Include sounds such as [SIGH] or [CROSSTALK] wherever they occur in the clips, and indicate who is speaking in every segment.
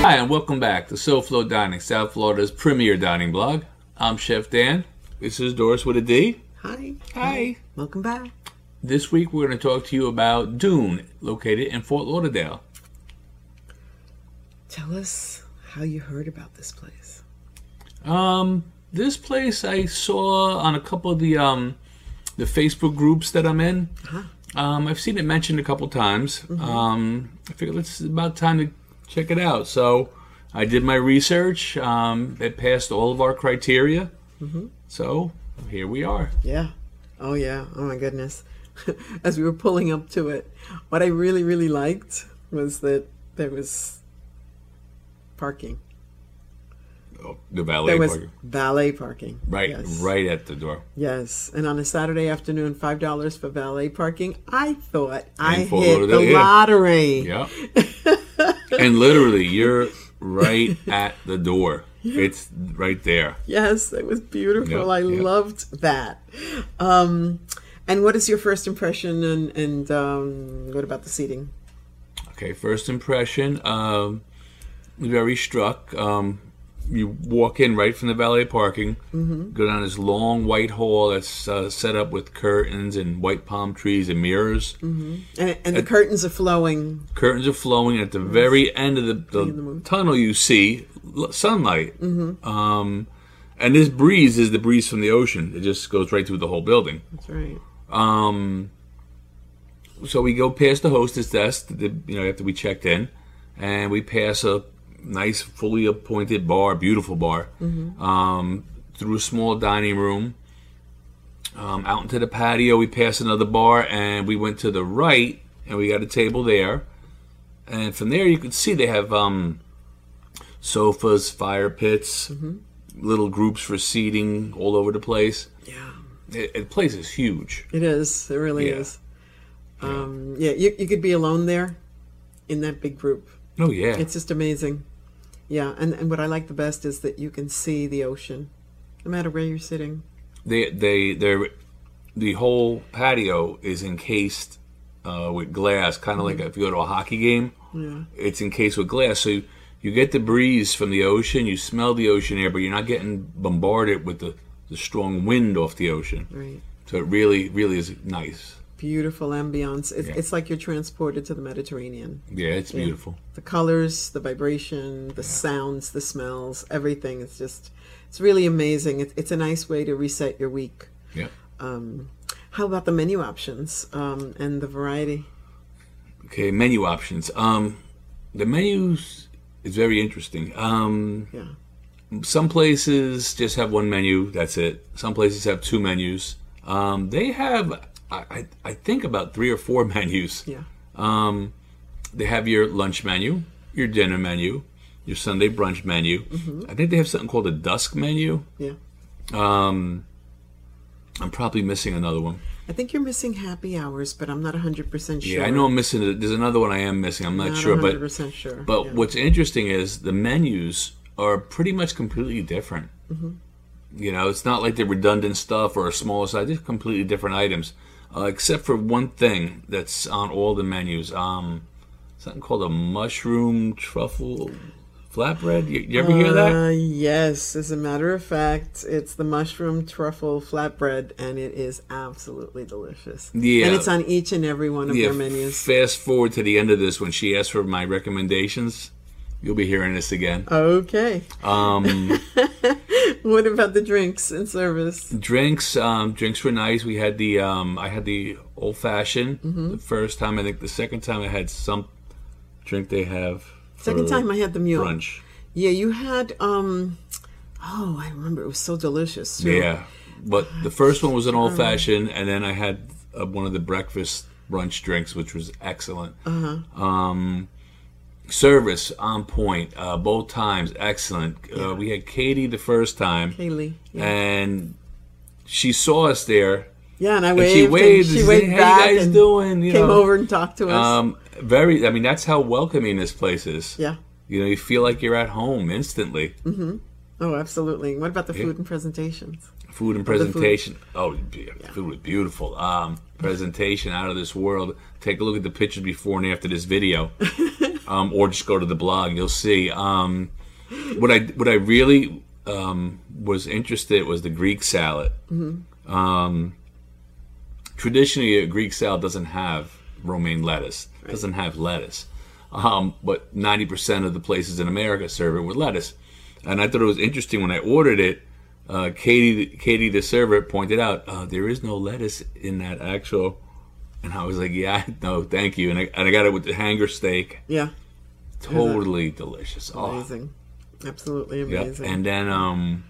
Speaker 1: Hi, and welcome back to Soul Flow Dining, South Florida's premier dining blog. I'm Chef Dan. This is Doris with a D.
Speaker 2: Hi.
Speaker 1: Hi.
Speaker 2: Welcome back.
Speaker 1: This week we're going to talk to you about Dune, located in Fort Lauderdale.
Speaker 2: Tell us how you heard about this place.
Speaker 1: Um, this place I saw on a couple of the um, the Facebook groups that I'm in.
Speaker 2: Uh-huh.
Speaker 1: Um, I've seen it mentioned a couple times.
Speaker 2: Mm-hmm.
Speaker 1: Um, I figured it's about time to check it out. So I did my research. Um, it passed all of our criteria.
Speaker 2: Mm-hmm.
Speaker 1: So here we are.
Speaker 2: Yeah. Oh, yeah. Oh, my goodness. [LAUGHS] As we were pulling up to it, what I really, really liked was that there was parking.
Speaker 1: Oh, The valet
Speaker 2: There was
Speaker 1: parking.
Speaker 2: valet parking.
Speaker 1: Right,
Speaker 2: Yes.
Speaker 1: right at the door.
Speaker 2: Yes. And on a Saturday afternoon, $5 for valet parking. I thought I
Speaker 1: Fort
Speaker 2: hit the
Speaker 1: Lauderdale, yeah.
Speaker 2: lottery.
Speaker 1: Yeah. [LAUGHS] and literally, you're right at the door. It's right there.
Speaker 2: Yes, it was beautiful.
Speaker 1: Yeah,
Speaker 2: I
Speaker 1: yeah.
Speaker 2: loved that. Um, and what is your first impression? And, and um, what about the seating?
Speaker 1: Okay, first impression. Um, very struck. Um, you walk in right from the valet parking, go down this long white hall that's uh, set up with curtains and white palm trees and mirrors.
Speaker 2: And, and the curtains are flowing.
Speaker 1: Curtains are flowing. and At the very end of the, the, tunnel, you see l- sunlight. Um, and this breeze is the breeze from the ocean. It just goes right through the whole building.
Speaker 2: That's right.
Speaker 1: so we go past the hostess desk, the, you know, after we checked in, and we pass a nice, fully appointed bar, beautiful bar, um, through a small dining room, um, out into the patio. We pass another bar, and we went to the right, and we got a table there. And from there, you could see they have um, sofas, fire pits, little groups for seating all over the place.
Speaker 2: Yeah,
Speaker 1: It, the place is huge.
Speaker 2: it is. It really
Speaker 1: Yeah.
Speaker 2: is. Um, yeah, you, you could be alone there in that big group.
Speaker 1: Oh yeah,
Speaker 2: It's just amazing. Yeah, and, and what I like the best is that you can see the ocean no matter where you're sitting.
Speaker 1: they they they're the whole patio is encased uh, with glass, kind of like if you go to a hockey game.
Speaker 2: Yeah.
Speaker 1: It's encased with glass, so you, you get the breeze from the ocean. You smell the ocean air, but you're not getting bombarded with the, the strong wind off the ocean.
Speaker 2: Right.
Speaker 1: So it really, really is nice.
Speaker 2: Beautiful ambience. It's, it's like you're transported to the Mediterranean.
Speaker 1: Yeah, it's beautiful.
Speaker 2: The colors, the vibration, the sounds, the smells, everything. It's just, it's really amazing. It's, it's a nice way to reset your week.
Speaker 1: Yeah.
Speaker 2: Um, how about the menu options um, and the variety?
Speaker 1: Okay, menu options. Um, the menus is very interesting. Um,
Speaker 2: Yeah.
Speaker 1: some places just have one menu that's it some places have two menus um, they have I, I, I think about three or four [LAUGHS] menus
Speaker 2: Yeah.
Speaker 1: um, they have your lunch menu your dinner menu your sunday brunch menu
Speaker 2: Mm-hmm.
Speaker 1: i think they have something called a dusk menu
Speaker 2: Yeah.
Speaker 1: um, i'm probably missing another one
Speaker 2: I think you're missing happy hours, but I'm not 100% sure.
Speaker 1: yeah i know i'm missing it. there's another one i am missing i'm not,
Speaker 2: Not
Speaker 1: sure but
Speaker 2: 100% sure.
Speaker 1: But
Speaker 2: yeah.
Speaker 1: what's interesting is the menus are pretty much completely different.
Speaker 2: Mm-hmm.
Speaker 1: You know, it's not like the redundant stuff or a smaller side; they're completely different items, uh, except for one thing that's on all the menus. Um, something called a mushroom truffle flatbread. You, you ever hear that?
Speaker 2: Uh, yes, as a matter of fact, it's the mushroom truffle flatbread, and it is absolutely delicious.
Speaker 1: Yeah.
Speaker 2: And it's on each and every one of
Speaker 1: Yeah,
Speaker 2: their menus.
Speaker 1: Fast forward to the end of this when she asks for my recommendations. You'll be hearing this again.
Speaker 2: Okay.
Speaker 1: Um,
Speaker 2: [LAUGHS] What about the drinks and service?
Speaker 1: drinks um drinks were nice we had the um i had the old fashioned
Speaker 2: Mm-hmm.
Speaker 1: the first time i think the second time i had some drink they have
Speaker 2: Second
Speaker 1: for
Speaker 2: time I had the mule.
Speaker 1: brunch
Speaker 2: Yeah, you had um oh, I remember it was so delicious. too.
Speaker 1: yeah but the first one was
Speaker 2: Uh-huh.
Speaker 1: an old fashioned and then i had uh, one of the breakfast brunch drinks which was excellent uh-huh. um service on point uh both times excellent uh, we had katie the first time
Speaker 2: Kaylee. Yeah.
Speaker 1: and she saw us there
Speaker 2: yeah, and I
Speaker 1: and
Speaker 2: waved.
Speaker 1: she waved.
Speaker 2: and
Speaker 1: and
Speaker 2: she
Speaker 1: said,
Speaker 2: waved
Speaker 1: "How
Speaker 2: back
Speaker 1: you guys
Speaker 2: and
Speaker 1: doing?" You
Speaker 2: came
Speaker 1: know.
Speaker 2: over and talked to us.
Speaker 1: Um, very. I mean, that's how welcoming this place is.
Speaker 2: yeah.
Speaker 1: You know, you feel like you're at home instantly.
Speaker 2: Oh, absolutely. What about the food and presentations?
Speaker 1: Food and
Speaker 2: the food.
Speaker 1: presentation. Oh, be- food was beautiful. Um, presentation out of this world. Take a look at the pictures before and after this video. um, or just go to the blog. You'll see. Um, what I what I really um, was interested was the Greek salad. Um, traditionally, a Greek salad doesn't have romaine lettuce. Doesn't have lettuce. Um, but ninety percent of the places in America serve it with lettuce. And I thought it was interesting when I ordered it. Uh, Katie, Katie, the server, pointed out uh, there is no lettuce in that actual. And I was like, "Yeah, [LAUGHS] no, thank you." And I, and I got it with the hanger steak.
Speaker 2: Yeah.
Speaker 1: Totally delicious. Oh,
Speaker 2: Amazing. Absolutely
Speaker 1: Yep.
Speaker 2: amazing.
Speaker 1: And then, um,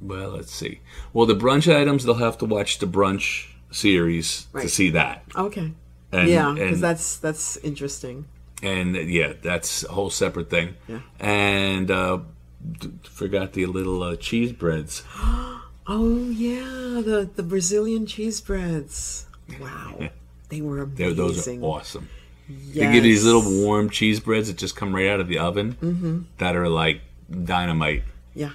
Speaker 1: well, let's see. Well, the brunch items, they'll have to watch the brunch series to
Speaker 2: Right.
Speaker 1: see that.
Speaker 2: okay.
Speaker 1: And,
Speaker 2: yeah,
Speaker 1: and,
Speaker 2: because that's that's interesting.
Speaker 1: and yeah, that's a whole separate thing.
Speaker 2: Yeah.
Speaker 1: And uh, d- forgot the little uh, cheese breads.
Speaker 2: Oh yeah, the the Brazilian cheese breads. Wow, they were
Speaker 1: They're-
Speaker 2: amazing.
Speaker 1: Those are awesome.
Speaker 2: Yes.
Speaker 1: They give you these little warm cheese breads that just come right out of the oven that are like dynamite.
Speaker 2: Yeah,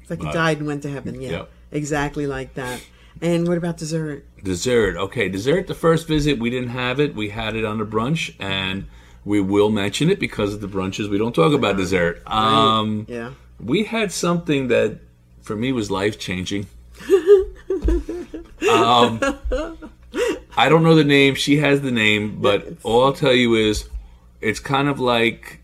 Speaker 2: it's like it died and went to heaven. Yeah,
Speaker 1: Yep.
Speaker 2: exactly like that. And what about dessert?
Speaker 1: Dessert. Okay, dessert. The first visit, we didn't have it. We had it on the brunch, and we will mention it because of the brunches. We don't talk about dessert. Um,
Speaker 2: Yeah,
Speaker 1: we had something that for me was life
Speaker 2: [LAUGHS]
Speaker 1: changing. um, I don't know the name. She has the name, but all I'll tell you is it's kind of like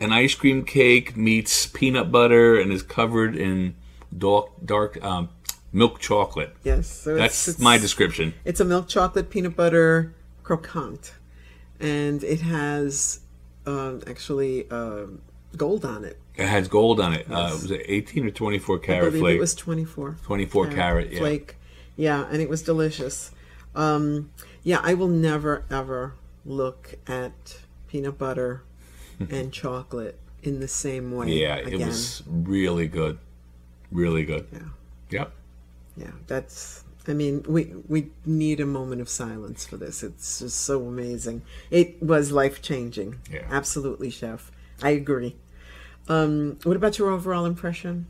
Speaker 1: an ice cream cake meets peanut butter and is covered in dark, dark um, milk chocolate.
Speaker 2: yes. So
Speaker 1: That's
Speaker 2: it's, it's,
Speaker 1: my description.
Speaker 2: It's a milk chocolate peanut butter croquant, and it has um, actually um gold on it.
Speaker 1: It has gold on it. Uh, it was a 18 or 24
Speaker 2: I
Speaker 1: carat
Speaker 2: believe
Speaker 1: Oh, flake.
Speaker 2: it was 24.
Speaker 1: 24 carat, yeah.
Speaker 2: Flake. Yeah, and it was delicious. Um, yeah, I will never, ever look at
Speaker 1: [LAUGHS]
Speaker 2: peanut butter and chocolate in the same way.
Speaker 1: yeah, it
Speaker 2: again.
Speaker 1: was really good. Really good.
Speaker 2: Yeah,
Speaker 1: Yep.
Speaker 2: yeah, that's. I mean, we we need a moment of silence for this. It's just so amazing. It was life changing.
Speaker 1: Yeah.
Speaker 2: Absolutely, chef. I agree. Um, what about your overall impression?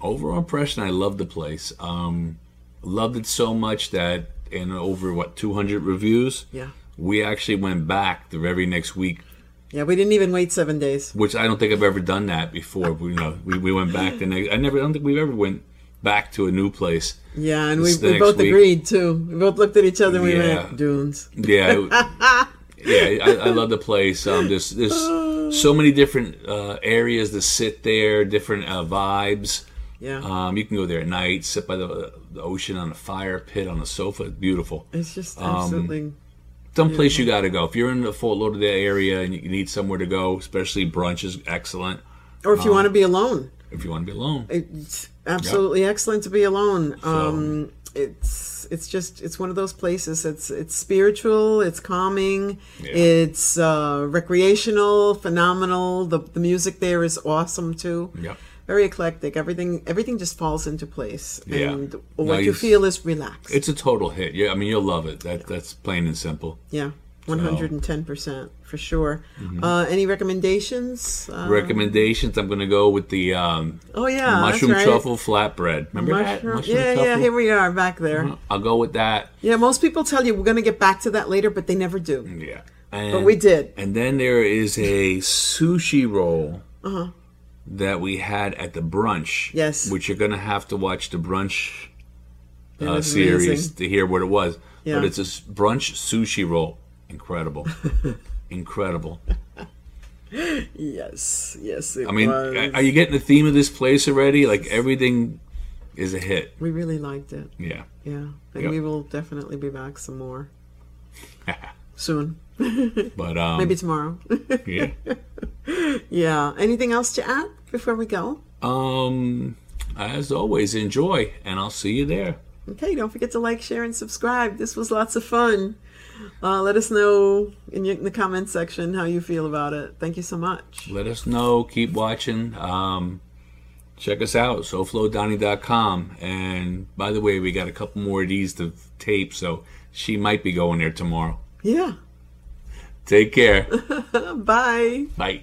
Speaker 1: Overall impression, I loved the place. Um, loved it so much that in over, what, 200 reviews?
Speaker 2: Yeah.
Speaker 1: We actually went back the very next week,
Speaker 2: Yeah, we didn't even wait seven days.
Speaker 1: which I don't think I've ever done that before. We, you know, we, we went back the next. I never. I don't think we've ever went back to a new place.
Speaker 2: Yeah, and we,
Speaker 1: It's the
Speaker 2: we
Speaker 1: next
Speaker 2: both
Speaker 1: week.
Speaker 2: agreed too. We both looked at each other and we
Speaker 1: Yeah.
Speaker 2: went, Dunes.
Speaker 1: Yeah, it- [LAUGHS] yeah, I, I love the place. Um, there's there's so many different uh, areas to sit there, different uh, vibes.
Speaker 2: Yeah.
Speaker 1: Um, you can go there at night, sit by the, the ocean on a fire pit on a sofa. Beautiful.
Speaker 2: it's just
Speaker 1: um,
Speaker 2: absolutely.
Speaker 1: Someplace you got to go if you're in the Fort Lauderdale area and you need somewhere to go, especially brunch is excellent
Speaker 2: or if you
Speaker 1: um,
Speaker 2: want to be alone,
Speaker 1: if you want to be alone.
Speaker 2: it's absolutely excellent to be alone. Um, it's it's just it's one of those places. It's it's spiritual. It's calming. It's uh, recreational. Phenomenal. The the music there is awesome too.
Speaker 1: Yep.
Speaker 2: Very eclectic. Everything everything just falls into place.
Speaker 1: Yeah.
Speaker 2: And what you
Speaker 1: Nice.
Speaker 2: feel is relaxed.
Speaker 1: It's a total hit. Yeah, I mean you'll love it. That that's plain and simple.
Speaker 2: Yeah, one hundred and ten percent for sure.
Speaker 1: Mm-hmm.
Speaker 2: Uh, any recommendations? Uh,
Speaker 1: Recommendations. I'm going to go with the um,
Speaker 2: oh yeah,
Speaker 1: mushroom
Speaker 2: that's right.
Speaker 1: truffle flatbread. Remember that?
Speaker 2: Mushroom, yeah, yeah. Here we are back there.
Speaker 1: I'll go with that.
Speaker 2: Yeah, most people tell you we're going to get back to that later, but they never do.
Speaker 1: Yeah. And,
Speaker 2: But we did.
Speaker 1: And then there is a sushi roll that we had at the brunch.
Speaker 2: Uh-huh. Yes.
Speaker 1: Which you're going to have to watch the brunch uh,
Speaker 2: was
Speaker 1: series
Speaker 2: amazing.
Speaker 1: to hear what it was.
Speaker 2: Yeah.
Speaker 1: But it's a s- brunch sushi roll.
Speaker 2: [LAUGHS]
Speaker 1: Incredible. Incredible.
Speaker 2: Yes, yes. It
Speaker 1: I mean,
Speaker 2: was.
Speaker 1: are you getting the theme of this place already? Like everything is a hit.
Speaker 2: we really liked it.
Speaker 1: Yeah.
Speaker 2: Yeah, and
Speaker 1: Yep.
Speaker 2: we will definitely be back
Speaker 1: [LAUGHS]
Speaker 2: some more soon.
Speaker 1: But um,
Speaker 2: Maybe tomorrow. [LAUGHS]
Speaker 1: yeah.
Speaker 2: yeah. Anything else to add before we go?
Speaker 1: Um, as always, enjoy, and I'll see you there.
Speaker 2: Okay, don't forget to like, share, and subscribe. This was lots of fun. Uh, let us know in, your, in the comment section how you feel about it. Thank you so much.
Speaker 1: Let us know. Keep watching. Um, check us out, SoFloDonnie.com. And by the way, we got a couple more of these to tape, so she might be going there tomorrow.
Speaker 2: Yeah,
Speaker 1: Take care. [LAUGHS]
Speaker 2: bye.
Speaker 1: Bye.